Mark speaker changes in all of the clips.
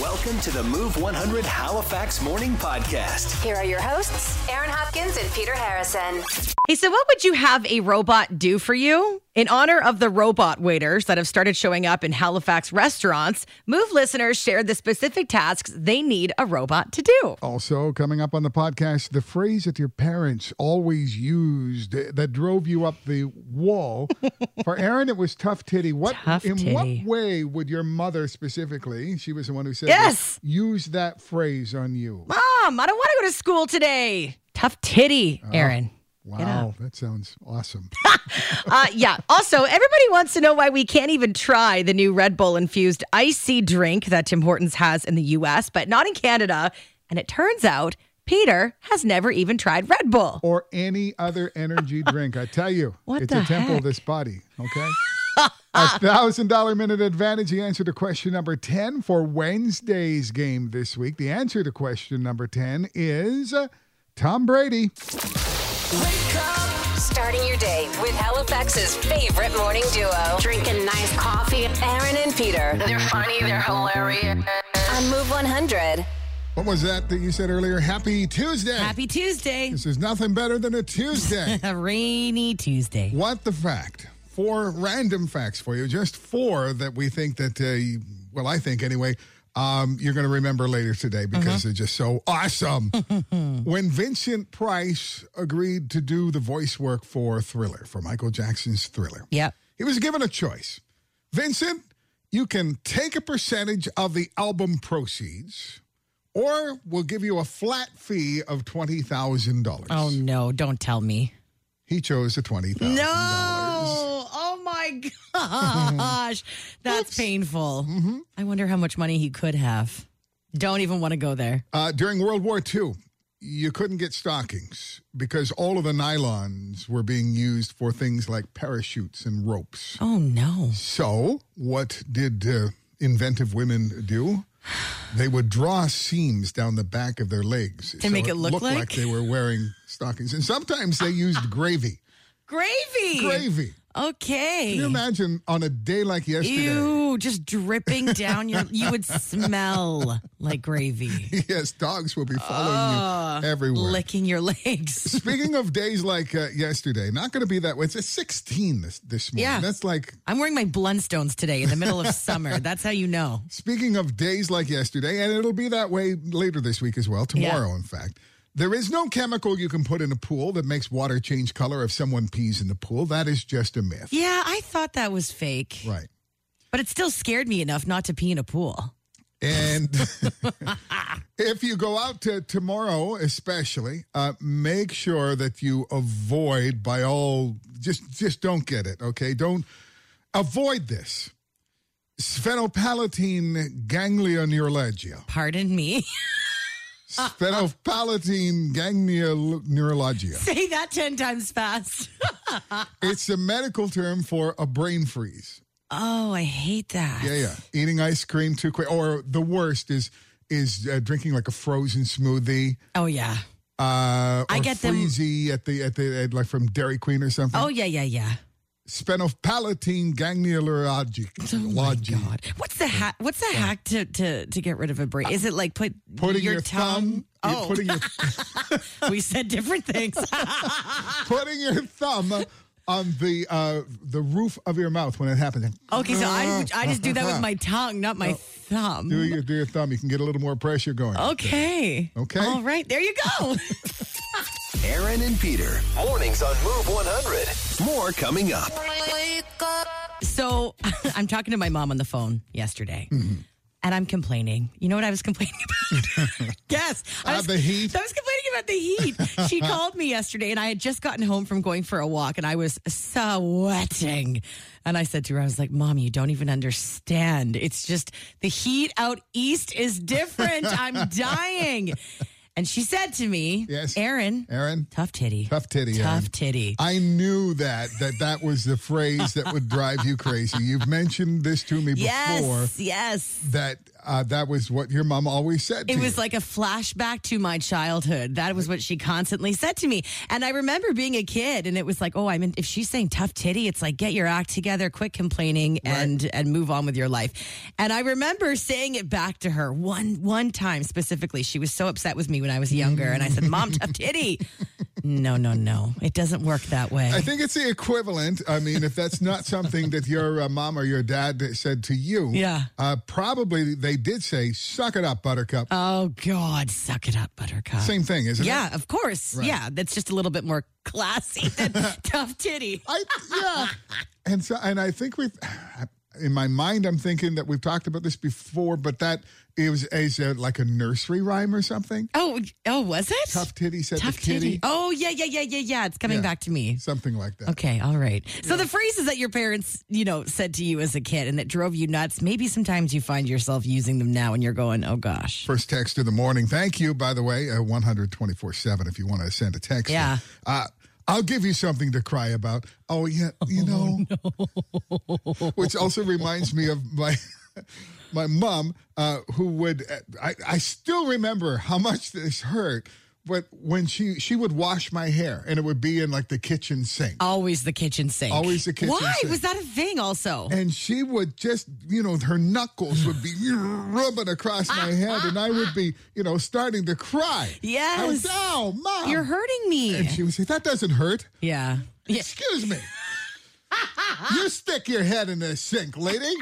Speaker 1: Welcome to the Move 100 Halifax Morning Podcast.
Speaker 2: Here are your hosts, Aaron Hopkins and Peter Harrison.
Speaker 3: Hey, so what would you have a robot do for you? In honor of the robot waiters that have started showing up in Halifax restaurants, Move listeners shared the specific tasks they need a robot to do.
Speaker 4: Also, coming up on the podcast, the phrase that your parents always used eh, that drove you up the wall. For Aaron, it was tough titty. What
Speaker 3: Tough
Speaker 4: in
Speaker 3: titty.
Speaker 4: what way would your mother specifically, she was the one who said
Speaker 3: Yes.
Speaker 4: this, use that phrase on you?
Speaker 3: Mom, I don't want to go to school today. Tough titty, Aaron.
Speaker 4: Wow, that sounds awesome.
Speaker 3: Uh, yeah. Also, everybody wants to know why we can't even try the new Red Bull infused icy drink that Tim Hortons has in the US, but not in Canada. And it turns out Peter has never even tried Red Bull.
Speaker 4: or any other energy drink. I tell you,
Speaker 3: What
Speaker 4: it's
Speaker 3: the
Speaker 4: a temple
Speaker 3: heck?
Speaker 4: of this body, okay? a thousand dollar minute advantage. The answer to question number 10 for Wednesday's game this week. The answer to question number 10 is uh, Tom Brady.
Speaker 2: Starting your day with Halifax's favorite morning duo. Drinking nice coffee. Aaron and Peter. They're funny, they're hilarious. On Move 100.
Speaker 4: What was that that you said earlier? Happy Tuesday.
Speaker 3: Happy Tuesday.
Speaker 4: this is nothing better than a Tuesday.
Speaker 3: A rainy Tuesday.
Speaker 4: what the fact? Four random facts for you, just four that we think that, uh, you- well, I think anyway, um, you're going to remember later today because
Speaker 3: Uh-huh.
Speaker 4: they're just so awesome. when Vincent Price agreed to do the voice work for Thriller, for Michael Jackson's Thriller,
Speaker 3: Yep.
Speaker 4: he was given a choice. Vincent, you can take a percentage of the album proceeds, or we'll give you a flat fee of $20,000.
Speaker 3: Oh no, don't tell me.
Speaker 4: He chose the $20,000.
Speaker 3: No. Oh my gosh. That's Mm-hmm. painful. I wonder how much money he could have. Don't even want to go there.
Speaker 4: Uh, during World War II, you couldn't get stockings because all of the nylons were being used for things like parachutes and ropes.
Speaker 3: Oh no.
Speaker 4: So, what did uh, inventive women do? They would draw seams down the back of their legs
Speaker 3: To make it look
Speaker 4: looked
Speaker 3: like-
Speaker 4: they were wearing stockings. And sometimes they used gravy.
Speaker 3: Gravy.
Speaker 4: Gravy. Can you
Speaker 3: Okay.
Speaker 4: imagine on a day like yesterday?
Speaker 3: Ew, just dripping down your you would smell like gravy.
Speaker 4: Yes, dogs will be
Speaker 3: Ah,
Speaker 4: following you everywhere.
Speaker 3: Licking your legs.
Speaker 4: Speaking of days like uh, yesterday, not going to be that way. It's a 16 this this morning.
Speaker 3: Yeah.
Speaker 4: That's like
Speaker 3: I'm wearing my Blundstones today in the middle of summer. That's how you know.
Speaker 4: speaking of days like yesterday, and it'll be that way later this week as well. Tomorrow, in fact, there is no chemical you can put in a pool that makes water change color if someone pees in the pool. That is just a myth.
Speaker 3: Yeah, I thought that was fake.
Speaker 4: Right.
Speaker 3: But it still scared me enough not to pee in a pool.
Speaker 4: And if you go out to tomorrow, especially, uh, make sure that you avoid by all just just don't get it. Okay, don't avoid this. Sphenopalatine ganglioneuralgia.
Speaker 3: Pardon me.
Speaker 4: Sphenopalatine ganglioneuralgia.
Speaker 3: Say that 10 times fast.
Speaker 4: It's a medical term for a brain freeze.
Speaker 3: Oh, I hate that.
Speaker 4: Yeah, yeah. Eating ice cream too quick, or the worst is is uh, drinking like a frozen smoothie.
Speaker 3: Oh, yeah.
Speaker 4: uh,
Speaker 3: I
Speaker 4: or
Speaker 3: get them-
Speaker 4: freezy at the at the at, like from Dairy Queen or something.
Speaker 3: Oh, yeah, yeah, yeah.
Speaker 4: Sphenopalatine gangliologic.
Speaker 3: Oh, my God. What's the hack? What's the hack to, to, to get rid of a brain? Is it like put
Speaker 4: Putting your, thumb, you're
Speaker 3: Oh,
Speaker 4: putting your
Speaker 3: we said different things.
Speaker 4: putting your thumb on the uh, the roof of your mouth when it happens.
Speaker 3: okay, so I, I just do that with my tongue, not my thumb.
Speaker 4: Do your do your thumb. You can get a little more pressure going.
Speaker 3: Okay.
Speaker 4: Okay.
Speaker 3: All right. There you go.
Speaker 1: Aaron and Peter. Mornings on Move 100. More coming up.
Speaker 3: So I'm talking to my mom on the phone yesterday. And I'm complaining. You know what I was complaining about? yes. I
Speaker 4: Uh,
Speaker 3: was,
Speaker 4: the heat?
Speaker 3: I was complaining about the heat. She called me yesterday and I had just gotten home from going for a walk and I was sweating. And I said to her, I was like, Mom, you don't even understand. It's just the heat out east is different. I'm dying. And she said to me,
Speaker 4: Yes.
Speaker 3: Aaron,
Speaker 4: Aaron,
Speaker 3: tough titty.
Speaker 4: tough titty. Uh, Aaron.
Speaker 3: Tough titty.
Speaker 4: I knew that that that was the phrase that would drive you crazy. You've mentioned this to me before.
Speaker 3: Yes. Yes.
Speaker 4: that uh, that was what your mom always said.
Speaker 3: It
Speaker 4: to
Speaker 3: was
Speaker 4: you.
Speaker 3: like a flashback to my childhood. That was what she constantly said to me. And I remember being a kid and it was like, oh, I mean, if she's saying tough titty, it's like, get your act together, quit complaining and, and move on with your life. And I remember saying it back to her one, one time specifically. She was so upset with me when I was younger. And I said, mom, tough titty. No, no, no. It doesn't work that way.
Speaker 4: I think it's the equivalent. I mean, if that's not something that your uh, mom or your dad said to you,
Speaker 3: Yeah.
Speaker 4: uh, probably they did say, "Suck it up, Buttercup."
Speaker 3: Oh God, suck it up, Buttercup.
Speaker 4: Same thing, isn't it?
Speaker 3: yeah, of course. Yeah, that's just a little bit more classy than tough titty.
Speaker 4: I, yeah. And so, and I think we've, in my mind, I'm thinking that we've talked about this before, but that it was as a, like a nursery rhyme or something.
Speaker 3: Oh, oh, was it
Speaker 4: Tough titty said
Speaker 3: Tough
Speaker 4: the kitty,
Speaker 3: Oh yeah, yeah, yeah, yeah, yeah. It's coming
Speaker 4: Yeah.
Speaker 3: back to me.
Speaker 4: something like that.
Speaker 3: Okay, all right. So the phrases that your parents, you know, said to you as a kid and that drove you nuts. Maybe sometimes you find yourself using them now, and you're going, "Oh gosh."
Speaker 4: First text of the morning. Thank you, by the way, uh, 124-7 if you want to send a text.
Speaker 3: Yeah.
Speaker 4: Uh, I'll give you something to cry about. Oh, yeah, you know. Which also reminds me of my my mom, uh, who would, I, I still remember how much this hurt, but when she, she would wash my hair and it would be in like the kitchen sink.
Speaker 3: Always the kitchen sink.
Speaker 4: Always the kitchen
Speaker 3: Why
Speaker 4: sink.
Speaker 3: was that a thing? Also,
Speaker 4: And um, she would just, you know, her knuckles would be rubbing across my head, and I would be, you know, starting to cry. I was,
Speaker 3: Yes.
Speaker 4: oh, mom.
Speaker 3: you're hurting me.
Speaker 4: And she would say, that doesn't hurt.
Speaker 3: yeah. Yeah.
Speaker 4: Excuse me. you stick your head in the sink, lady.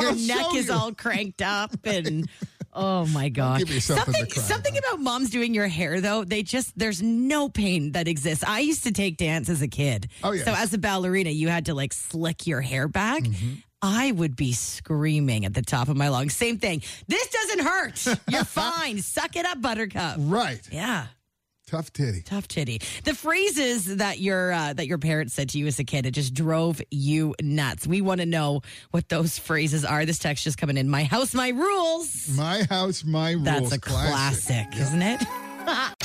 Speaker 3: Your
Speaker 4: I'll
Speaker 3: neck
Speaker 4: show
Speaker 3: is
Speaker 4: you.
Speaker 3: all cranked up and oh my gosh.
Speaker 4: give you something to cry
Speaker 3: something about moms doing your hair though, they just there's no pain that exists. I used to take dance as a kid.
Speaker 4: Oh, yes.
Speaker 3: So as a ballerina, you had to like slick your hair back.
Speaker 4: Mm-hmm.
Speaker 3: I would be screaming at the top of my lungs. Same thing. This doesn't hurt. You're fine. Suck it up, buttercup.
Speaker 4: Right.
Speaker 3: Yeah.
Speaker 4: Tough titty.
Speaker 3: Tough titty. The phrases that your uh, that your parents said to you as a kid, it just drove you nuts. We want to know what those phrases are. This text just coming in. My house, my rules.
Speaker 4: My house, my rules.
Speaker 3: That's a classic, isn't it?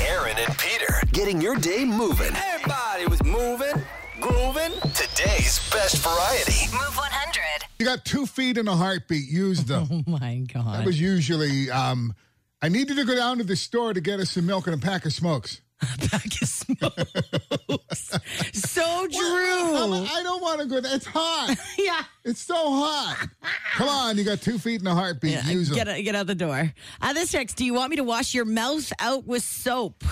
Speaker 1: Aaron and Peter getting your day moving. Everybody was moving, grooving. Today's best variety.
Speaker 2: Move 100.
Speaker 4: You got two feet and a heartbeat. Use them.
Speaker 3: Oh my god.
Speaker 4: That was usually, um, I needed to go down to the store to get us some milk and a pack of smokes.
Speaker 3: Pack of smokes. so
Speaker 4: Mama,
Speaker 3: Drew.
Speaker 4: I don't want to go. It's hot.
Speaker 3: Yeah.
Speaker 4: It's so hot. Come on, you got two feet and a heartbeat. Use 'em.
Speaker 3: Get out, get out the door. Uh, this text. Do you want me to wash your mouth out with soap?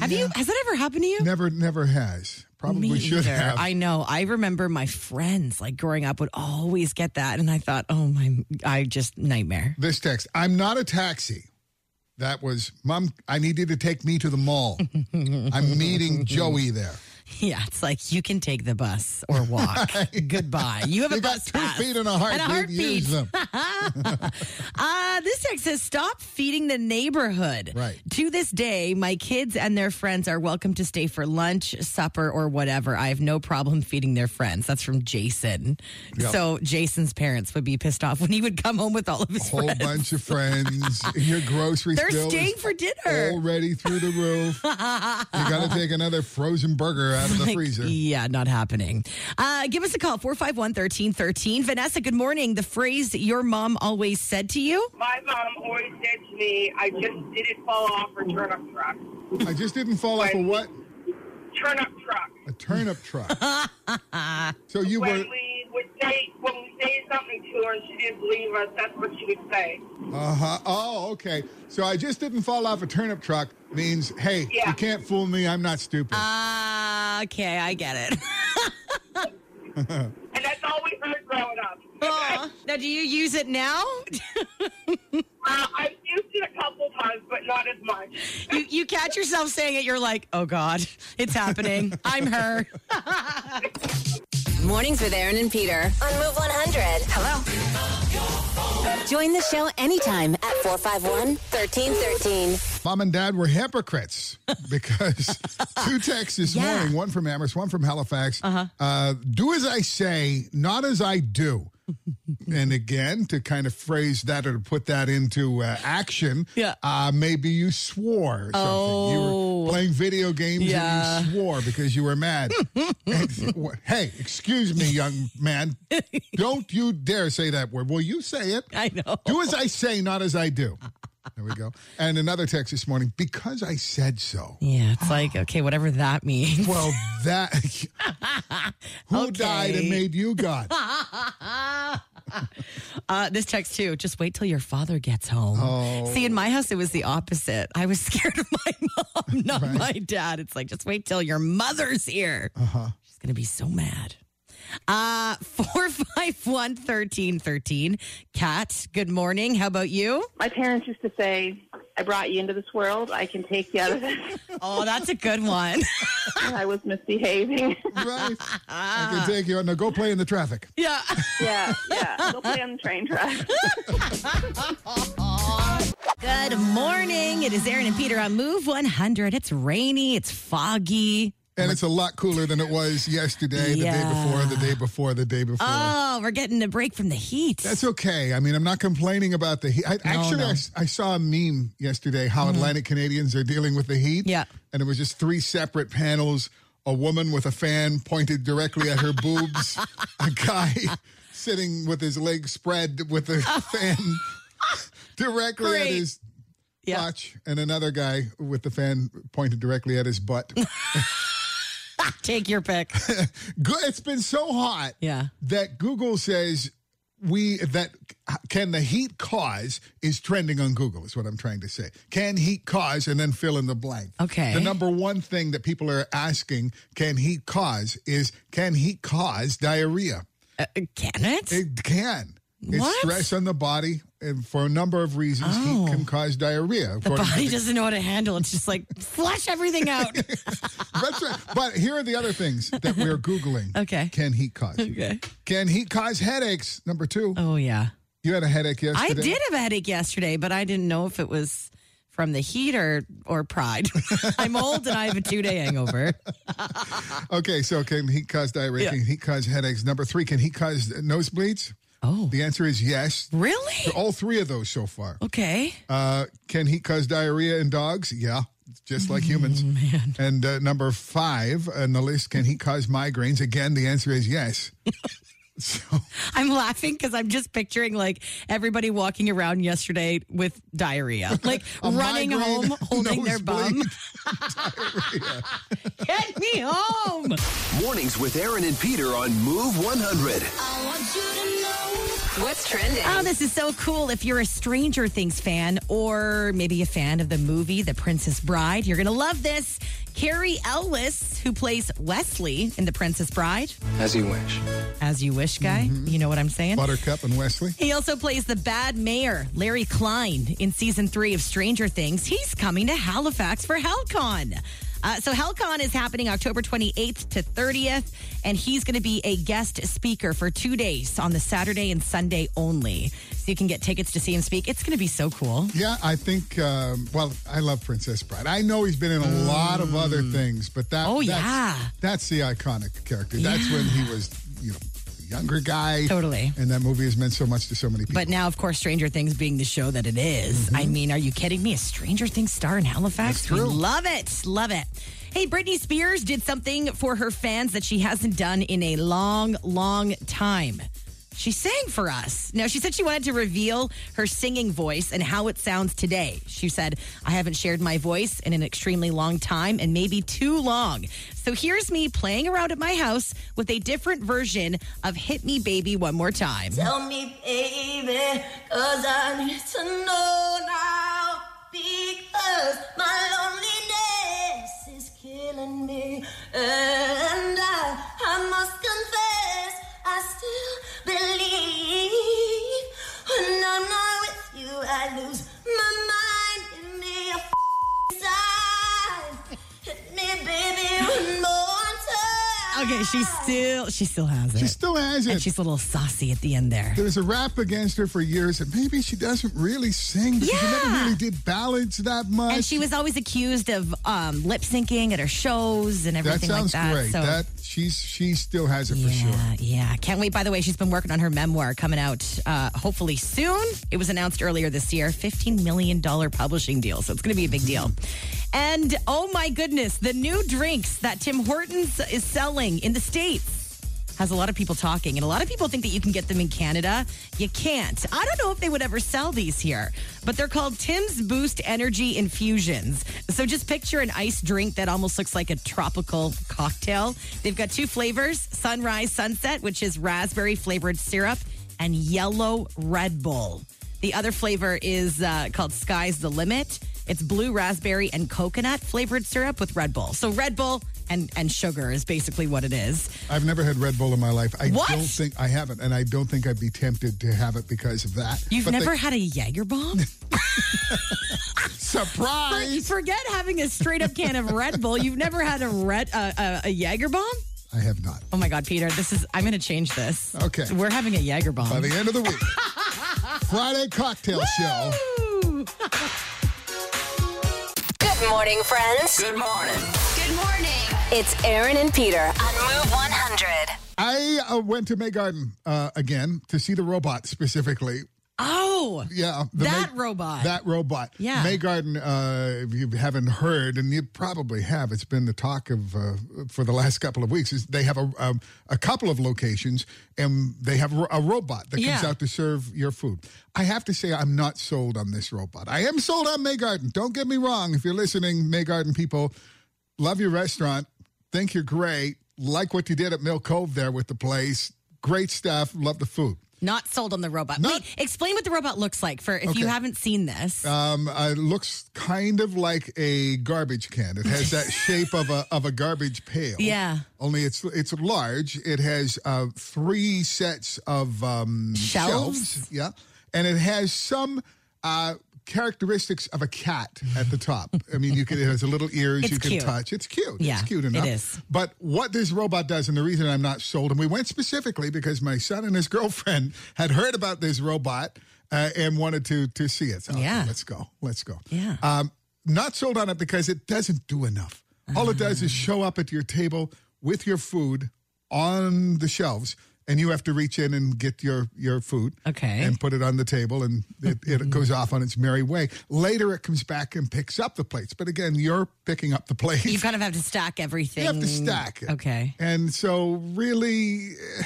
Speaker 3: Have you? Has that ever happened to you?
Speaker 4: Never, never has. Probably
Speaker 3: Me
Speaker 4: should
Speaker 3: either.
Speaker 4: have.
Speaker 3: I know. I remember my friends, like growing up, would always get that, and I thought, oh my, I just nightmare.
Speaker 4: this text. I'm not a taxi. That was, Mom. I need you to take me to the mall. I'm meeting Joey there.
Speaker 3: Yeah, it's like you can take the bus or walk. Goodbye. You have a
Speaker 4: You got
Speaker 3: bus
Speaker 4: two
Speaker 3: pass.
Speaker 4: feet and a heartbeat. Use them.
Speaker 3: Uh, this text says, "Stop feeding the neighborhood."
Speaker 4: Right.
Speaker 3: To this day, my kids and their friends are welcome to stay for lunch, supper, or whatever. I have no problem feeding their friends. That's from Jason. So Jason's parents would be pissed off when he would come home with all of his
Speaker 4: Whole
Speaker 3: friends.
Speaker 4: bunch of friends. Your grocery
Speaker 3: They're
Speaker 4: bill is
Speaker 3: staying for dinner.
Speaker 4: already through the roof. you got to take another frozen burger out of the
Speaker 3: Like, E.
Speaker 4: freezer.
Speaker 3: Yeah, not happening. Uh, give us a call, 451 1313. Vanessa, good morning. The phrase your mom always said to you?
Speaker 5: My mom always said to me, I just didn't fall off her turnip truck.
Speaker 4: I just didn't fall off a what?
Speaker 5: Turnip truck.
Speaker 4: A turnip truck. so you were.
Speaker 5: When we would say when we say something to her and she didn't believe us, that's what she would say.
Speaker 4: Uh huh. Oh, okay. So I just didn't fall off a turnip truck means, hey,
Speaker 5: Yeah.
Speaker 4: you can't fool me. I'm not stupid.
Speaker 3: Ah, okay, I get it.
Speaker 5: And that's all we heard growing up.
Speaker 3: Aw. now, do you use it now?
Speaker 5: Uh, I've used it a couple times, but not as much.
Speaker 3: you, you catch yourself saying it, you're like, oh God, it's happening. I'm her.
Speaker 2: Mornings with Aaron and Peter on Move 100. Hello. Join the show anytime at 451 1313.
Speaker 4: Mom and dad were hypocrites because two texts this
Speaker 3: Yeah.
Speaker 4: uh, morning, one from Amherst, one from Halifax. Uh-huh. Do as I say, not as I do. and again, to kind of phrase that or to put that into uh, action,
Speaker 3: Yeah.
Speaker 4: uh, maybe you swore. Or something. You
Speaker 3: Oh.
Speaker 4: were playing video games
Speaker 3: Yeah.
Speaker 4: and you swore because you were mad. And- hey, excuse me, young man. Don't you dare say that word. Will you say it?
Speaker 3: I know.
Speaker 4: Do as I say, not as I do. There we go. And another text this morning because I said so.
Speaker 3: Yeah, it's like, okay, whatever that means.
Speaker 4: Well, that who died and
Speaker 3: Okay.
Speaker 4: made you God?
Speaker 3: Uh, this text too. Just wait till your father gets home. See, in my house it was the opposite. I was scared of my mom, not my dad. It's like just wait till your mother's here. Uh-huh. She's gonna be so mad. Uh four five one thirteen thirteen. Kat, good morning. How about you?
Speaker 6: My parents used to say, I brought you into this world. I can take you out of it.
Speaker 3: Oh, that's a good one.
Speaker 6: And I was misbehaving.
Speaker 4: right. I can take you. Now go play in the traffic.
Speaker 3: yeah.
Speaker 6: yeah, yeah. Go play on the train track.
Speaker 3: Good morning. It is Aaron and Peter on Move One Hundred. It's rainy. It's foggy.
Speaker 4: And it's a lot cooler than it was yesterday,
Speaker 3: Yeah.
Speaker 4: the day before, the day before, the day before.
Speaker 3: Oh, we're getting a break from the heat.
Speaker 4: That's okay. I mean, I'm not complaining about the heat. I, actually,
Speaker 3: no. Mm-hmm.
Speaker 4: I s- I, saw a meme yesterday how Atlantic Canadians are dealing with the heat.
Speaker 3: Yeah.
Speaker 4: And it was just three separate panels a woman with a fan pointed directly at her boobs, a guy sitting with his legs spread with a fan directly at
Speaker 3: Great.
Speaker 4: his
Speaker 3: Yeah.
Speaker 4: crotch, and another guy with the fan pointed directly at his butt.
Speaker 3: Take your pick.
Speaker 4: Good. It's been so hot.
Speaker 3: Yeah.
Speaker 4: That Google says we that can the heat cause is trending on Google is what I'm trying to say. Can heat cause and then fill in the blank.
Speaker 3: Okay.
Speaker 4: The number one thing that people are asking can heat cause is can heat cause diarrhea?
Speaker 3: Uh, can it?
Speaker 4: It can. It's
Speaker 3: What?
Speaker 4: stress on the body and for a number of reasons
Speaker 3: Oh.
Speaker 4: heat can cause diarrhea.
Speaker 3: The
Speaker 4: according to
Speaker 3: body doesn't know how to handle. it. It's just like flush everything out.
Speaker 4: That's right. But here are the other things that we're Googling.
Speaker 3: Okay.
Speaker 4: Can heat cause?
Speaker 3: Okay.
Speaker 4: Can heat cause headaches? Number two.
Speaker 3: Oh yeah,
Speaker 4: You had a headache yesterday.
Speaker 3: I did have a headache yesterday, but I didn't know if it was from the heat or or pride. I'm old and I have a two day hangover.
Speaker 4: Okay, so can heat cause diarrhea?
Speaker 3: Yeah.
Speaker 4: Can heat cause headaches? Number three, can heat cause nosebleeds?
Speaker 3: Oh,
Speaker 4: The answer is yes.
Speaker 3: really?
Speaker 4: All three of those so far.
Speaker 3: Okay.
Speaker 4: Uh, can heat cause diarrhea in dogs? Yeah, just like humans.
Speaker 3: Mm,
Speaker 4: And uh, number five on the list, can heat cause migraines? Again, the answer is yes. so,
Speaker 3: I'm laughing because I'm just picturing like everybody walking around yesterday with diarrhea, like
Speaker 4: a
Speaker 3: running
Speaker 4: migraine,
Speaker 3: home holding their bum.
Speaker 4: nosebleed.
Speaker 3: Get me home.
Speaker 1: Mornings with Aaron and Peter on Move 100.
Speaker 2: What's trending?
Speaker 3: Oh, this is so cool. If you're a Stranger Things fan or maybe a fan of the movie The Princess Bride, you're going to love this. Carrie Ellis, who plays Wesley in The Princess Bride,
Speaker 7: As you wish.
Speaker 3: as you wish, guy. You know what I'm saying?
Speaker 4: Buttercup and Wesley.
Speaker 3: He also plays the bad mayor, Larry Klein, in season three of Stranger Things. He's coming to Halifax for HalCon. Uh, so HalCon is happening October 28th to 30th, and he's going to be a guest speaker for two days on the Saturday and Sunday only. So you can get tickets to see him speak. It's going to be so cool.
Speaker 4: Yeah, I think. Um, well, I love Princess Bride. I know he's been in a lot of other things, but that.
Speaker 3: Oh,
Speaker 4: that's,
Speaker 3: yeah.
Speaker 4: that's the iconic character. That's when he was, you know, a younger guy.
Speaker 3: Totally.
Speaker 4: And that movie has meant so much to so many people.
Speaker 3: But now, of course, Stranger Things being the show that it is, I mean, are you kidding me? A Stranger Things star in Halifax? We love it. Love it. Hey, Britney Spears did something for her fans that she hasn't done in a long, long time. She sang for us. Now, she said she wanted to reveal her singing voice and how it sounds today. She said, I haven't shared my voice in an extremely long time and maybe too long. So here's me playing around at my house with a different version of Hit Me Baby One More Time.
Speaker 8: Tell me, baby, cause I need to know now. Because my loneliness is killing me. And I, I must confess, I still believe. When I'm not with you, I lose my mind. Give me a f- sign. Hit me, baby, one more time.
Speaker 3: Okay, she still she still has it.
Speaker 4: She still has it.
Speaker 3: and she's a little saucy at the end there.
Speaker 4: there was a rap against her for years, and maybe she doesn't really sing because she never
Speaker 3: Yeah.
Speaker 4: really did ballads that much.
Speaker 3: And she was always accused of um, lip syncing at her shows and
Speaker 4: that
Speaker 3: everything
Speaker 4: sounds
Speaker 3: like that.
Speaker 4: great.
Speaker 3: So
Speaker 4: That she's she still has it
Speaker 3: yeah,
Speaker 4: for sure.
Speaker 3: yeah. Can't wait. By the way, she's been working on her memoir coming out uh, hopefully soon. It was announced earlier this year, $15 million publishing deal. So it's going to be a big deal. And oh my goodness, the new drinks that Tim Hortons is selling in the States. Has a lot of people talking, and a lot of people think that you can get them in Canada. You can't. I don't know if they would ever sell these here, but they're called Tim's Boost Energy Infusions. So just picture an iced drink that almost looks like a tropical cocktail. They've got two flavors sunrise, sunset, which is raspberry flavored syrup, and yellow Red Bull. The other flavor is uh, called Sky's the Limit. It's blue raspberry and coconut flavored syrup with Red Bull. So Red Bull and, and sugar is basically what it is.
Speaker 4: I've never had Red Bull in my life. I
Speaker 3: What?
Speaker 4: don't think I haven't, and I don't think I'd be tempted to have it because of that.
Speaker 3: You've
Speaker 4: But they-
Speaker 3: never had a Jaeger bomb?
Speaker 4: surprise.
Speaker 3: Forget having a straight up can of Red Bull. You've never had a red uh, uh, a Jaeger bomb?
Speaker 4: I have not.
Speaker 3: Oh my God, Peter! This is I'm going to change this.
Speaker 4: Okay.
Speaker 3: we're having a Jaeger bomb.
Speaker 4: By the end of the week, Friday cocktail show.
Speaker 3: Woo!
Speaker 2: Good morning, friends. Good morning. Good morning. It's Aaron and Peter on Move 100.
Speaker 4: I uh, went to May Garden uh, again to see the robot specifically.
Speaker 3: Oh,
Speaker 4: Yeah, the
Speaker 3: That robot.
Speaker 4: That robot.
Speaker 3: Yeah.
Speaker 4: May Garden. Uh, if you haven't heard, and you probably have, it's been the talk of uh, for the last couple of weeks. Is they have a um, a couple of locations, and they have a robot that
Speaker 3: Yeah.
Speaker 4: comes out to serve your food. I have to say, I'm not sold on this robot. I am sold on May Garden. Don't get me wrong. If you're listening, May Garden people, love your restaurant, think you're great, like what you did at Mill Cove there with the place. Great stuff. Love the food.
Speaker 3: not sold on the robot.
Speaker 4: Not-
Speaker 3: Wait, explain what the robot looks like for if you
Speaker 4: Okay.
Speaker 3: haven't seen this.
Speaker 4: Um, uh, it looks kind of like a garbage can. It has that shape of a of a garbage pail.
Speaker 3: Yeah.
Speaker 4: Only it's it's large. It has uh, three sets of um,
Speaker 3: Shelves?
Speaker 4: Yeah, and it has some. Uh, characteristics of a cat at the top. I mean, you can it has little ears
Speaker 3: It's
Speaker 4: you can
Speaker 3: cute.
Speaker 4: touch. It's cute.
Speaker 3: Yeah,
Speaker 4: it's cute
Speaker 3: it
Speaker 4: enough.
Speaker 3: is.
Speaker 4: But what this robot does, and the reason I'm not sold, and we went specifically because my son and his girlfriend had heard about this robot uh, and wanted to to see it. So, okay,
Speaker 3: Yeah.
Speaker 4: let's go, let's go.
Speaker 3: Yeah.
Speaker 4: um, not sold on it because it doesn't do enough. All it does is
Speaker 3: Ah.
Speaker 4: show up at your table with your food on the shelves, and you have to reach in and get your your food.
Speaker 3: Okay.
Speaker 4: and put it on the table, and it, it goes off on its merry way. Later, it comes back and picks up the plates, but again, you're picking up the plates.
Speaker 3: you kind of have to stack everything.
Speaker 4: You have to stack it.
Speaker 3: Okay.
Speaker 4: And so, really, eh,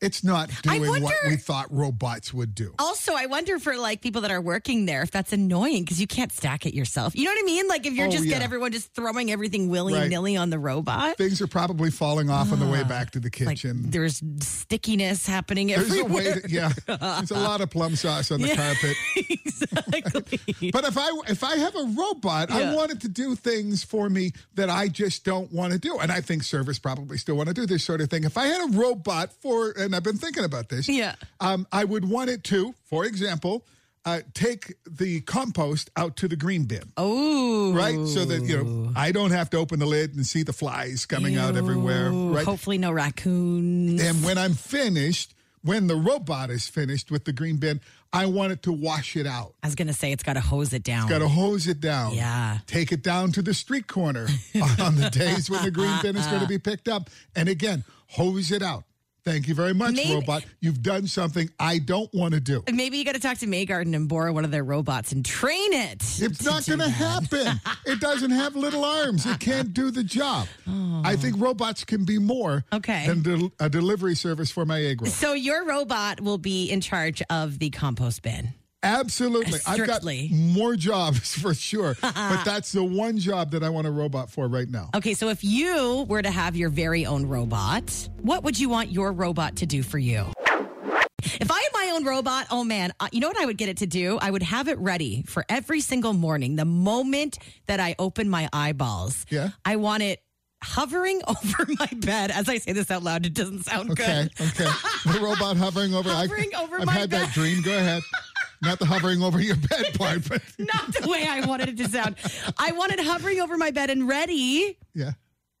Speaker 4: it's not
Speaker 3: I
Speaker 4: doing what
Speaker 3: wonder- Oh.
Speaker 4: we thought robots would do.
Speaker 3: Also, I wonder for like people that are working there if that's annoying because you can't stack it yourself. You know what I mean? Like if you're
Speaker 4: Oh,
Speaker 3: just get
Speaker 4: yeah.
Speaker 3: everyone just throwing everything willy nilly on the robot.
Speaker 4: Things are probably falling off on the way back to the
Speaker 3: Ah. Like
Speaker 4: kitchen.
Speaker 3: there's stickiness happening
Speaker 4: There's a
Speaker 3: everywhere.
Speaker 4: way that, yeah, there's a lot of plum sauce on the carpet.
Speaker 3: exactly.
Speaker 4: But if I if I have a robot,
Speaker 3: Yeah.
Speaker 4: I want it to do things for me that I just don't want to do, and I think service probably still want to do this sort of thing. If I had a robot for, and I've been thinking about this,
Speaker 3: Yeah.
Speaker 4: um, I would want it to, for example, uh, take the compost out to the green bin.
Speaker 3: Ooh.
Speaker 4: right? So that you
Speaker 3: Oh.
Speaker 4: know, I don't have to open the lid and see the flies coming out everywhere,
Speaker 3: Ooh,
Speaker 4: right?
Speaker 3: Hopefully no raccoons.
Speaker 4: And when I'm finished, when the robot is finished with the green bin, I want it to wash it out.
Speaker 3: I was gonna say it's gotta hose it down.
Speaker 4: Got to hose it down.
Speaker 3: Oh. Yeah.
Speaker 4: Take it down to the street corner on the days when the green bin is going to be picked up. And again, hose it out. Thank you very much,
Speaker 3: Maybe-
Speaker 4: robot. You've done something I don't want to do.
Speaker 3: Maybe you gotta talk to Maygarden and borrow one of their robots and train it.
Speaker 4: It's
Speaker 3: to
Speaker 4: not
Speaker 3: do
Speaker 4: going to
Speaker 3: that.
Speaker 4: happen. It doesn't have little arms. It can't do the job. I think robots can be more
Speaker 3: Oh. Okay.
Speaker 4: than del- a delivery service for my egg roll.
Speaker 3: So your robot will be in charge of the compost bin.
Speaker 4: Absolutely. I've got
Speaker 3: Strictly.
Speaker 4: more jobs for sure, but that's the one job that I want a robot for right now.
Speaker 3: Okay, so if you were to have your very own robot, what would you want your robot to do for you? If I had my own robot, oh man, uh, you know what I would get it to do? I would have it ready for every single morning, the moment that I open my eyeballs.
Speaker 4: Yeah.
Speaker 3: I want it hovering over my bed. As I say this out loud, it doesn't sound
Speaker 4: Okay.
Speaker 3: good.
Speaker 4: Okay. The robot hovering over
Speaker 3: Hovering
Speaker 4: I,
Speaker 3: over
Speaker 4: I've
Speaker 3: my
Speaker 4: had
Speaker 3: bed.
Speaker 4: that dream. Go ahead. Not the hovering over your bed part, but
Speaker 3: Not the way I wanted it to sound. I want it hovering over my bed and ready
Speaker 4: yeah.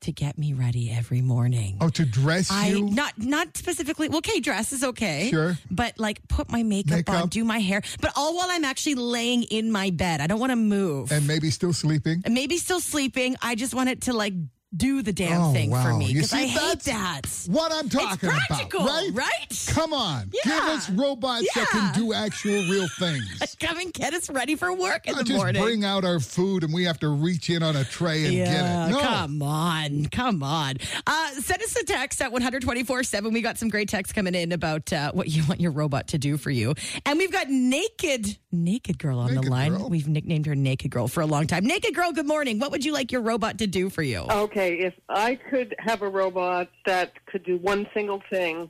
Speaker 3: to get me ready every morning.
Speaker 4: Oh, to dress
Speaker 3: I
Speaker 4: you?
Speaker 3: not not specifically. well, Okay, dress is okay.
Speaker 4: Sure.
Speaker 3: but like put my makeup, on,
Speaker 4: Makeup.
Speaker 3: do my hair, but all while I'm actually laying in my bed. I don't want to move.
Speaker 4: and maybe still sleeping?
Speaker 3: And maybe still sleeping. I just want it to like do the damn
Speaker 4: Oh,
Speaker 3: thing for
Speaker 4: wow.
Speaker 3: me
Speaker 4: You
Speaker 3: because I
Speaker 4: see,
Speaker 3: hate that.
Speaker 4: that's What I'm talking
Speaker 3: practical,
Speaker 4: about, right?
Speaker 3: right?
Speaker 4: Come on, give
Speaker 3: Yeah.
Speaker 4: us robots that
Speaker 3: Yeah.
Speaker 4: can do actual real things.
Speaker 3: Come and get us ready for work in
Speaker 4: Not
Speaker 3: the
Speaker 4: just
Speaker 3: morning.
Speaker 4: bring out our food and we have to reach in on a tray and
Speaker 3: Yeah,
Speaker 4: get it. No,
Speaker 3: come on, come on. Uh, send us a text at 124-7. We got some great texts coming in about uh, what you want your robot to do for you. And we've got Naked, Naked Girl on the
Speaker 4: Naked
Speaker 3: line.
Speaker 4: Girl?
Speaker 3: We've nicknamed her Naked Girl for a long time. Naked Girl, good morning. What would you like your robot to do for you?
Speaker 6: Okay, if I could have a robot that could do one single thing,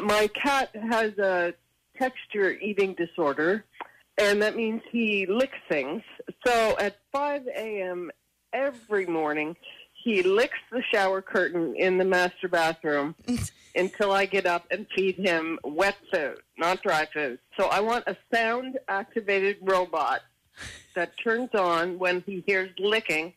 Speaker 6: my cat has a texture eating disorder, and that means he licks things. So at 5 a.m. every morning, he licks the shower curtain in the master bathroom until I get up and feed him wet food, not dry food. So I want a sound activated robot that turns on when he hears licking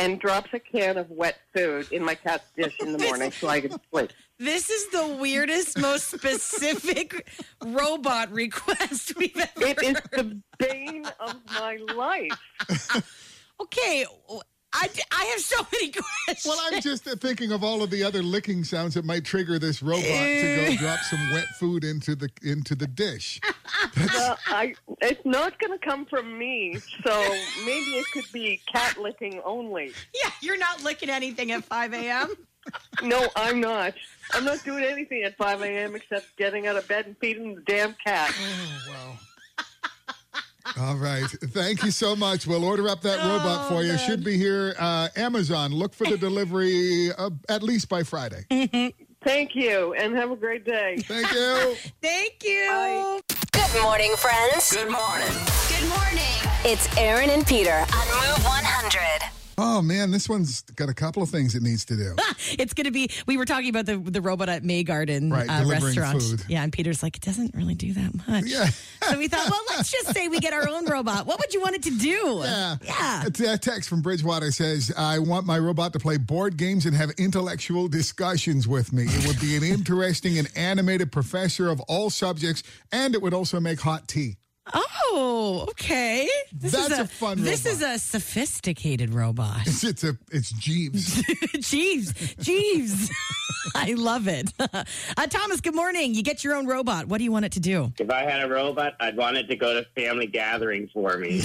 Speaker 6: and drops a can of wet food in my cat's dish in the morning so I can sleep.
Speaker 3: This is the weirdest, most specific robot request we've ever
Speaker 6: It is the bane of my life.
Speaker 3: Okay, I, I have so many questions.
Speaker 4: Well, I'm just thinking of all of the other licking sounds that might trigger this robot to go drop some wet food into the into the dish.
Speaker 6: Uh, I, it's not going to come from me, so maybe it could be cat licking only.
Speaker 3: yeah, you're not looking anything at 5 a.m.
Speaker 6: No, I'm not. I'm not doing anything at 5 a.m. except getting out of bed and feeding the damn cat.
Speaker 4: Oh wow. All right. Thank you so much. We'll order up that robot for you. Should be here uh, Amazon. Look for the delivery uh, at least by Friday.
Speaker 6: Thank you, and have a great day.
Speaker 4: Thank you.
Speaker 3: Thank you.
Speaker 2: Good morning, friends. Good morning. Good morning. It's Aaron and Peter on Move 100.
Speaker 4: Oh man, this one's got a couple of things it needs to do.
Speaker 3: it's going to be. We were talking about the the robot at May Garden
Speaker 4: Right,
Speaker 3: uh,
Speaker 4: delivering
Speaker 3: restaurant.
Speaker 4: food.
Speaker 3: Yeah, and Peter's like, it doesn't really do that much.
Speaker 4: Yeah.
Speaker 3: so we thought, well, let's just say we get our own robot. What would you want it to do?
Speaker 4: Yeah.
Speaker 3: Yeah.
Speaker 4: A t- a text from Bridgewater says, I want my robot to play board games and have intellectual discussions with me. It would be an interesting and animated professor of all subjects, and it would also make hot tea.
Speaker 3: Oh, okay. This
Speaker 4: That's a fun
Speaker 3: This
Speaker 4: robot.
Speaker 3: is a sophisticated robot.
Speaker 4: It's, it's a it's Jeeves.
Speaker 3: Jeeves, Jeeves. I love it. uh, Thomas, good morning. You get your own robot. What do you want it to do?
Speaker 7: If I had a robot, I'd want it to go to family gatherings for me.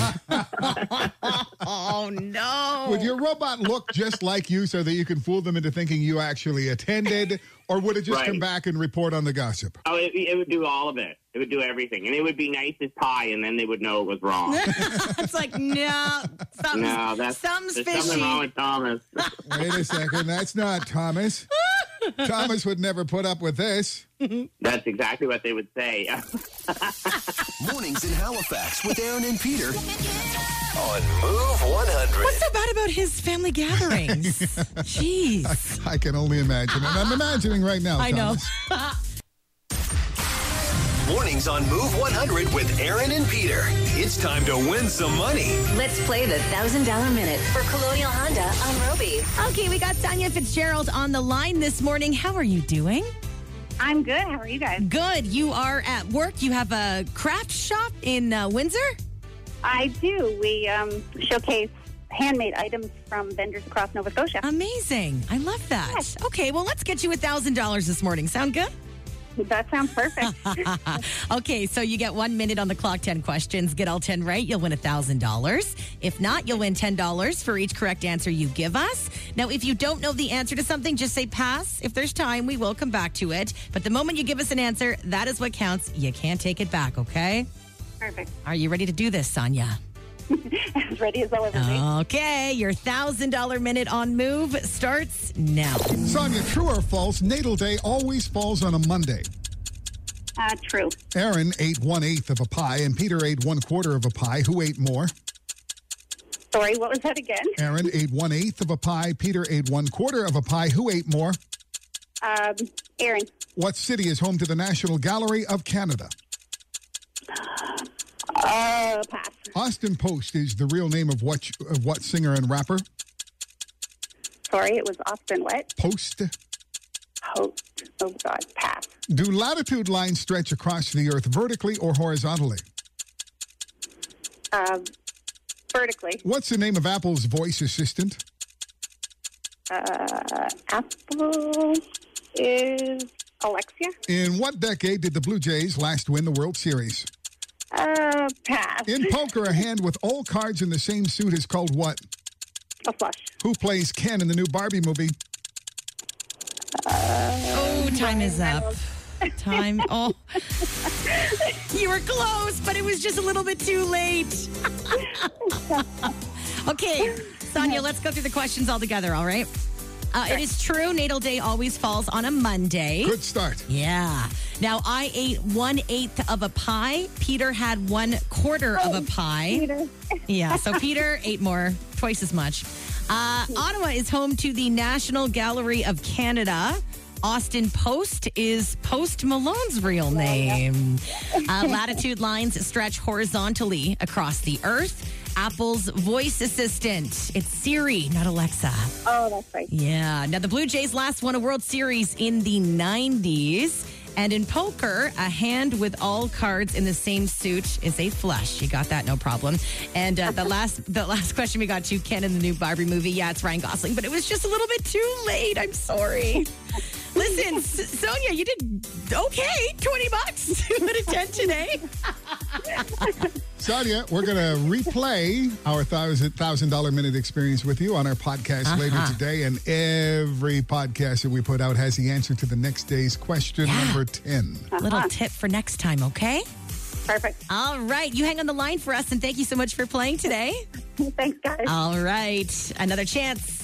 Speaker 3: Oh no.
Speaker 4: Would your robot look just like you so that you can fool them into thinking you actually attended, or would it just
Speaker 7: Right.
Speaker 4: come back and report on the gossip?
Speaker 7: oh, it, it would do all of it. It would do everything, and it would be nice as pie, and then they would know it was wrong.
Speaker 3: it's like no, something's,
Speaker 7: no, that's
Speaker 3: something's
Speaker 7: there's
Speaker 3: fishy.
Speaker 7: something wrong with Thomas.
Speaker 4: Wait a second, that's not Thomas. Thomas would never put up with this.
Speaker 7: that's exactly what they would say.
Speaker 1: Mornings in Halifax with Aaron and Peter on Move 100.
Speaker 3: What's so bad about his family gatherings? Jeez.
Speaker 4: I can only imagine. And I'm imagining right now.
Speaker 3: I know.
Speaker 4: Thomas.
Speaker 1: Mornings on Move 100 with Aaron and Peter. It's time to win some money.
Speaker 2: Let's play the $1,000 minute for Colonial Honda on Roby.
Speaker 3: Okay, we got Sonia Fitzgerald on the line this morning. How are you doing?
Speaker 9: I'm good. How are you guys?
Speaker 3: Good. You are at work. You have a craft shop in uh, Windsor?
Speaker 9: I do. We um, showcase handmade items from vendors across Nova Scotia.
Speaker 3: Amazing. I love that.
Speaker 9: Yes.
Speaker 3: Okay, well, let's get you $1,000 this morning. Sound good?
Speaker 9: That sounds perfect.
Speaker 3: okay, so you get one minute on the clock, 10 questions. Get all 10 right, you'll win $1,000. If not, you'll win $10 for each correct answer you give us. Now, if you don't know the answer to something, just say pass. If there's time, we will come back to it. But the moment you give us an answer, that is what counts. You can't take it back, okay?
Speaker 9: perfect.
Speaker 3: Are you ready to do this, Sonia?
Speaker 9: As ready as I'll ever be.
Speaker 3: Okay, your $1,000 minute on move starts now.
Speaker 4: Sonia, true or false, natal day always falls on a Monday.
Speaker 9: Uh, true.
Speaker 4: Aaron ate one eighth of a pie and Peter ate one quarter of a pie. Who ate more?
Speaker 9: Sorry, what was that again?
Speaker 4: Aaron ate one eighth of a pie. Peter ate one quarter of a pie. Who ate more?
Speaker 9: Um, Aaron,
Speaker 4: What city is home to the National Gallery of Canada?
Speaker 9: uh, pass.
Speaker 4: Austin Post is the real name of what of what singer and rapper?
Speaker 9: sorry, it was Austin what?
Speaker 4: Post.
Speaker 9: Host. Oh, God, pass.
Speaker 4: Do latitude lines stretch across the earth vertically or horizontally?
Speaker 9: Um, vertically.
Speaker 4: What's the name of Apple's voice assistant?
Speaker 9: Uh, Apple is Alexia.
Speaker 4: In what decade did the Blue Jays last win the World Series?
Speaker 9: Uh, pass.
Speaker 4: In poker, a hand with all cards in the same suit is called what?
Speaker 9: A flush.
Speaker 4: Who plays Ken in the new Barbie movie?
Speaker 3: Oh, time is up. Time. Oh, you were close, but it was just a little bit too late. okay, Sonia, let's go through the questions all together. All right. Uh, it is true. Natal day always falls on a Monday.
Speaker 4: Good start.
Speaker 3: Yeah. Now I ate one eighth of a pie. Peter had one quarter of a pie.
Speaker 9: Peter.
Speaker 3: Yeah, so Peter ate more, twice as much. Uh, Ottawa is home to the National Gallery of Canada. Austin Post is Post Malone's real name. Uh, latitude lines stretch horizontally across the earth. Apple's voice assistant. It's Siri, not Alexa.
Speaker 9: Oh, that's right.
Speaker 3: Yeah. Now, the Blue Jays last won a World Series in the 90s. And in poker, a hand with all cards in the same suit is a flush. You got that, no problem. And uh, the last, the last question we got to Ken in the new Barbie movie. Yeah, it's Ryan Gosling, but it was just a little bit too late. I'm sorry. Listen, S- Sonia, you did okay. Twenty bucks, two out of ten today.
Speaker 4: Sadia, we're going to replay our thousand thousand dollar minute experience with you on our podcast later
Speaker 3: Uh-huh.
Speaker 4: today, and every podcast that we put out has the answer to the next day's question
Speaker 3: Yeah.
Speaker 4: number ten.
Speaker 3: Little tip for next time, okay?
Speaker 9: Perfect.
Speaker 3: All right, you hang on the line for us, and thank you so much for playing today.
Speaker 9: Thanks, guys.
Speaker 3: All right. Another chance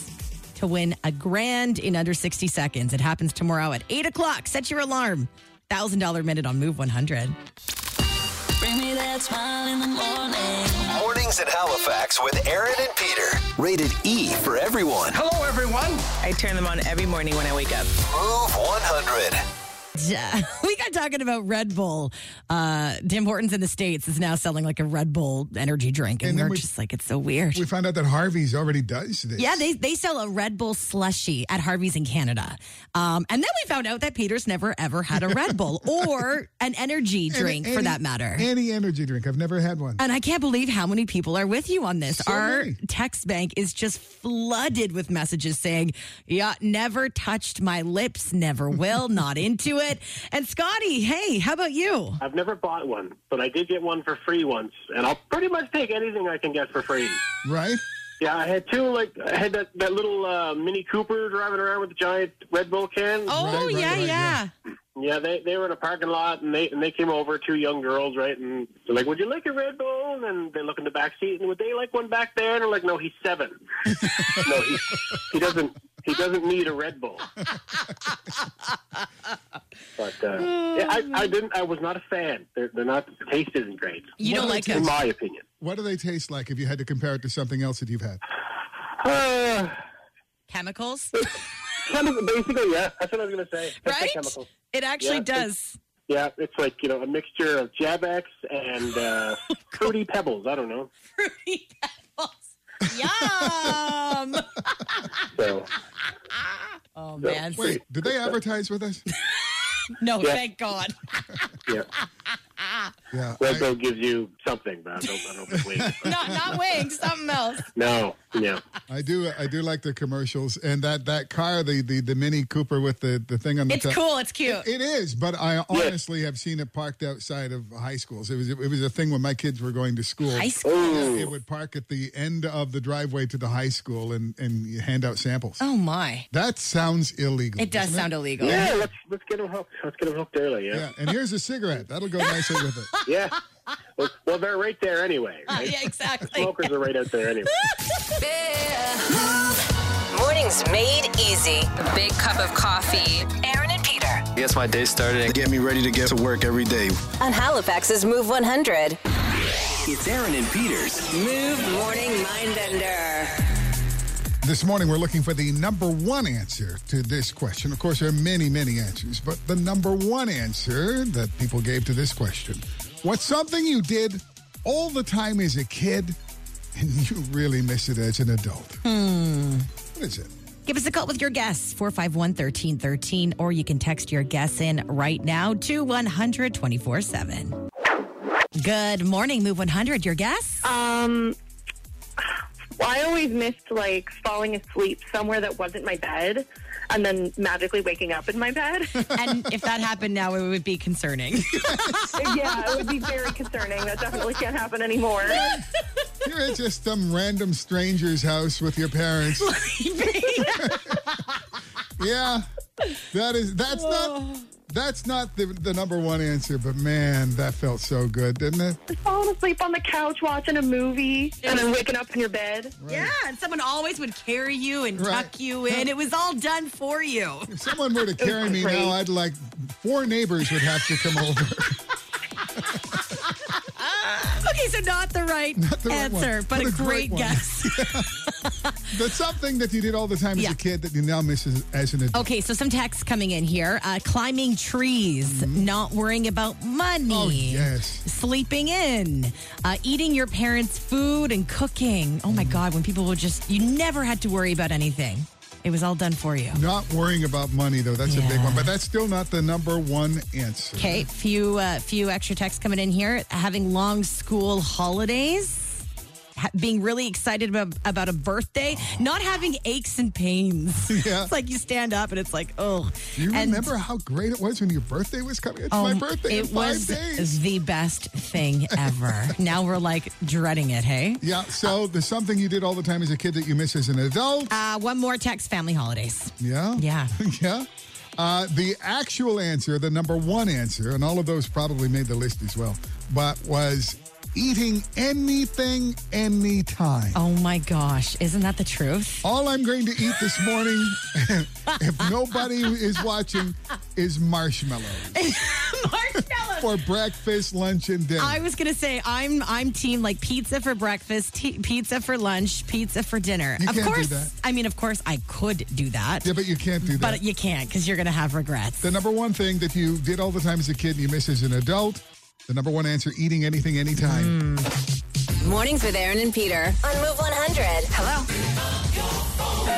Speaker 3: to win a grand in under 60 seconds. It happens tomorrow at 8 o'clock. Set your alarm. $1,000 minute on Move 100.
Speaker 8: Bring me that smile in the morning.
Speaker 1: Mornings at Halifax with Aaron and Peter. Rated E for everyone.
Speaker 10: Hello, everyone. I turn them on every morning when I wake up.
Speaker 1: Move 100.
Speaker 3: Uh, We got talking about Red Bull. Uh, Tim Hortons in the States is now selling like a Red Bull energy drink. And,
Speaker 4: And then
Speaker 3: we're
Speaker 4: we-
Speaker 3: just like, it's so weird.
Speaker 4: We found out that Harvey's already does this.
Speaker 3: Yeah, they, they sell a Red Bull slushy at Harvey's in Canada. Um, and then we found out that Peter's never ever had a Red Bull or an energy
Speaker 4: Any-
Speaker 3: drink for
Speaker 4: any-
Speaker 3: that matter.
Speaker 4: Any energy drink? I've never had one.
Speaker 3: And I can't believe how many people are with you on this.
Speaker 4: So
Speaker 3: Our
Speaker 4: many.
Speaker 3: text bank is just flooded with messages saying, Yeah, never touched my lips, never will, not into it. And Scotty, hey, how about you?
Speaker 11: I've never bought one, but I did get one for free once, and I'll pretty much take anything I can get for free.
Speaker 4: Right?
Speaker 11: Yeah, I had two like I had that that little uh, Mini Cooper driving around with a giant Red Bull can.
Speaker 3: Oh,
Speaker 4: right,
Speaker 3: yeah,
Speaker 4: right,
Speaker 3: yeah.
Speaker 11: Yeah, they they were in a parking lot, and they and they came over, two young girls, right, and they're like, "Would you like a Red Bull?" And then they look in the back seat, and would they like one back there? And they're like, "No, he's seven. no, he he doesn't he doesn't need a Red Bull." but uh, yeah, I, I didn't. I was not a fan. They're, they're not. The taste isn't great.
Speaker 3: You don't like
Speaker 11: in
Speaker 3: it.
Speaker 11: my opinion.
Speaker 4: What do they taste like if you had to compare it to something else that you've had?
Speaker 11: Uh,
Speaker 3: Chemicals,
Speaker 11: kind of basically, yeah. That's what I was gonna say. That's the
Speaker 3: right?
Speaker 11: chemical.
Speaker 3: It actually
Speaker 11: Yeah.
Speaker 3: does.
Speaker 11: Yeah, it's like you know a mixture of Jabex and uh, fruity pebbles. I don't know.
Speaker 3: Fruity pebbles. Yum.
Speaker 11: So
Speaker 3: oh, man.
Speaker 4: Wait, did they advertise with us?
Speaker 3: No,
Speaker 11: Yeah.
Speaker 3: thank God.
Speaker 11: yeah,
Speaker 4: Yeah.
Speaker 11: Red
Speaker 4: I-
Speaker 11: Bull gives you something, but I don't, I don't believe it.
Speaker 3: Not, not wings, something else.
Speaker 11: No, no.
Speaker 4: I do. I do like the commercials and that that car, the the, the Mini Cooper with the the thing on the
Speaker 3: It's
Speaker 4: top.
Speaker 3: cool. It's cute.
Speaker 4: It is, but I honestly have seen it parked outside of high schools. It was it was a thing when my kids were going to school.
Speaker 3: High school.
Speaker 11: Oh,
Speaker 4: It would park at the end of the driveway to the high school and and you hand out samples.
Speaker 3: Oh, my.
Speaker 4: That sounds illegal.
Speaker 3: It does
Speaker 4: doesn't
Speaker 3: sound illegal.
Speaker 11: yeah. Let's let's get them hooked. Let's get them hooked early.
Speaker 4: Yeah,
Speaker 11: Yeah,
Speaker 4: and here's a cigarette. That'll go nicely with it.
Speaker 11: yeah. Well, well, they're right there anyway.
Speaker 3: Uh,
Speaker 11: Right?
Speaker 3: yeah, exactly.
Speaker 11: Smokers are right out there anyway.
Speaker 2: Mornings made easy. A big cup of coffee. Aaron and Peter
Speaker 1: Gets my day started and get me ready to get to work every day.
Speaker 2: on Halifax's Move 100.
Speaker 1: It's Aaron and Peter's.
Speaker 2: Move Morning Mindbender.
Speaker 4: This morning, we're looking for the number one answer to this question. Of course, there are many, many answers, but the number one answer that people gave to this question what's something you did all the time as a kid and you really miss it as an adult? What is it?
Speaker 3: Give us a call with your guess, 451 1313, or you can text your guess in right now to 100 24 7. Good morning, Move 100. Your guess?
Speaker 12: Um, well, I always missed like falling asleep somewhere that wasn't my bed, and then magically waking up in my bed.
Speaker 3: and if that happened now, it would be concerning.
Speaker 12: yeah, it would be very concerning. That definitely can't happen anymore.
Speaker 4: You're at just some random stranger's house with your parents. yeah, that is that's not that's not the, the number one answer, but man, that felt so good, didn't it?
Speaker 12: Just falling asleep on the couch watching a movie, and then waking up in your bed.
Speaker 3: Yeah, and someone always would carry you and tuck you in. It was all done for you.
Speaker 4: If someone were to carry me now, I'd like four neighbors would have to come over.
Speaker 3: Okay, so not the right
Speaker 4: the right one.
Speaker 3: answer, but a
Speaker 4: What a great
Speaker 3: great
Speaker 4: one.
Speaker 3: guess.
Speaker 4: That's something that you did all the time
Speaker 3: Yeah.
Speaker 4: as a kid that you now miss as, as an adult.
Speaker 3: Okay, so some texts coming in here. Uh, climbing trees, not worrying about money.
Speaker 4: Mm-hmm. Oh, yes.
Speaker 3: Sleeping in, uh, eating your parents' food and cooking. Oh my
Speaker 4: Mm-hmm.
Speaker 3: God, when people would just, you never had to worry about anything. It was all done for you.
Speaker 4: Not worrying about money though, that's a big one, but that's still not the number one answer.
Speaker 3: Okay, few uh, few extra texts coming in here. Having long school holidays, ha- being really excited about, about a birthday, not having aches and pains.
Speaker 4: Yeah.
Speaker 3: it's like you stand up and it's like, oh.
Speaker 4: Do you
Speaker 3: And-
Speaker 4: remember how great it was when your birthday was coming? It's my
Speaker 3: Um,
Speaker 4: birthday
Speaker 3: It
Speaker 4: in five
Speaker 3: was
Speaker 4: days.
Speaker 3: the best thing ever. now we're like dreading it, hey?
Speaker 4: Yeah, so there's something you did all the time as a kid that you miss as an adult.
Speaker 3: Uh, one more text family holidays.
Speaker 4: Yeah.
Speaker 3: Yeah.
Speaker 4: yeah. Uh, the actual answer, the number one answer, and all of those probably made the list as well, but was eating anything, anytime.
Speaker 3: Oh my gosh, isn't that the truth?
Speaker 4: All I'm going to eat this morning, if nobody is watching, is marshmallows. marshmallows. For breakfast, lunch, and dinner.
Speaker 3: I was gonna say I'm I'm team like pizza for breakfast, t- pizza for lunch, pizza for dinner.
Speaker 4: You
Speaker 3: of
Speaker 4: can't do
Speaker 3: course,
Speaker 4: that.
Speaker 3: I mean, of course, I could do that.
Speaker 4: yeah, but you can't do that.
Speaker 3: But you can't because you're gonna have regrets.
Speaker 4: The number one thing that you did all the time as a kid and you miss as an adult, the number one answer eating anything, anytime.
Speaker 2: Mornings with Aaron and Peter on Move 100. Hello.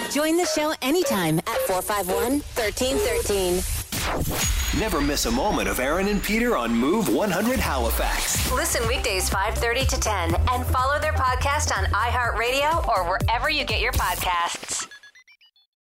Speaker 2: Join the show anytime at 451 1313.
Speaker 1: Never miss a moment of Aaron and Peter on Move 100 Halifax.
Speaker 2: Listen weekdays 5:30 to 10 and follow their podcast on iHeartRadio or wherever you get your podcasts.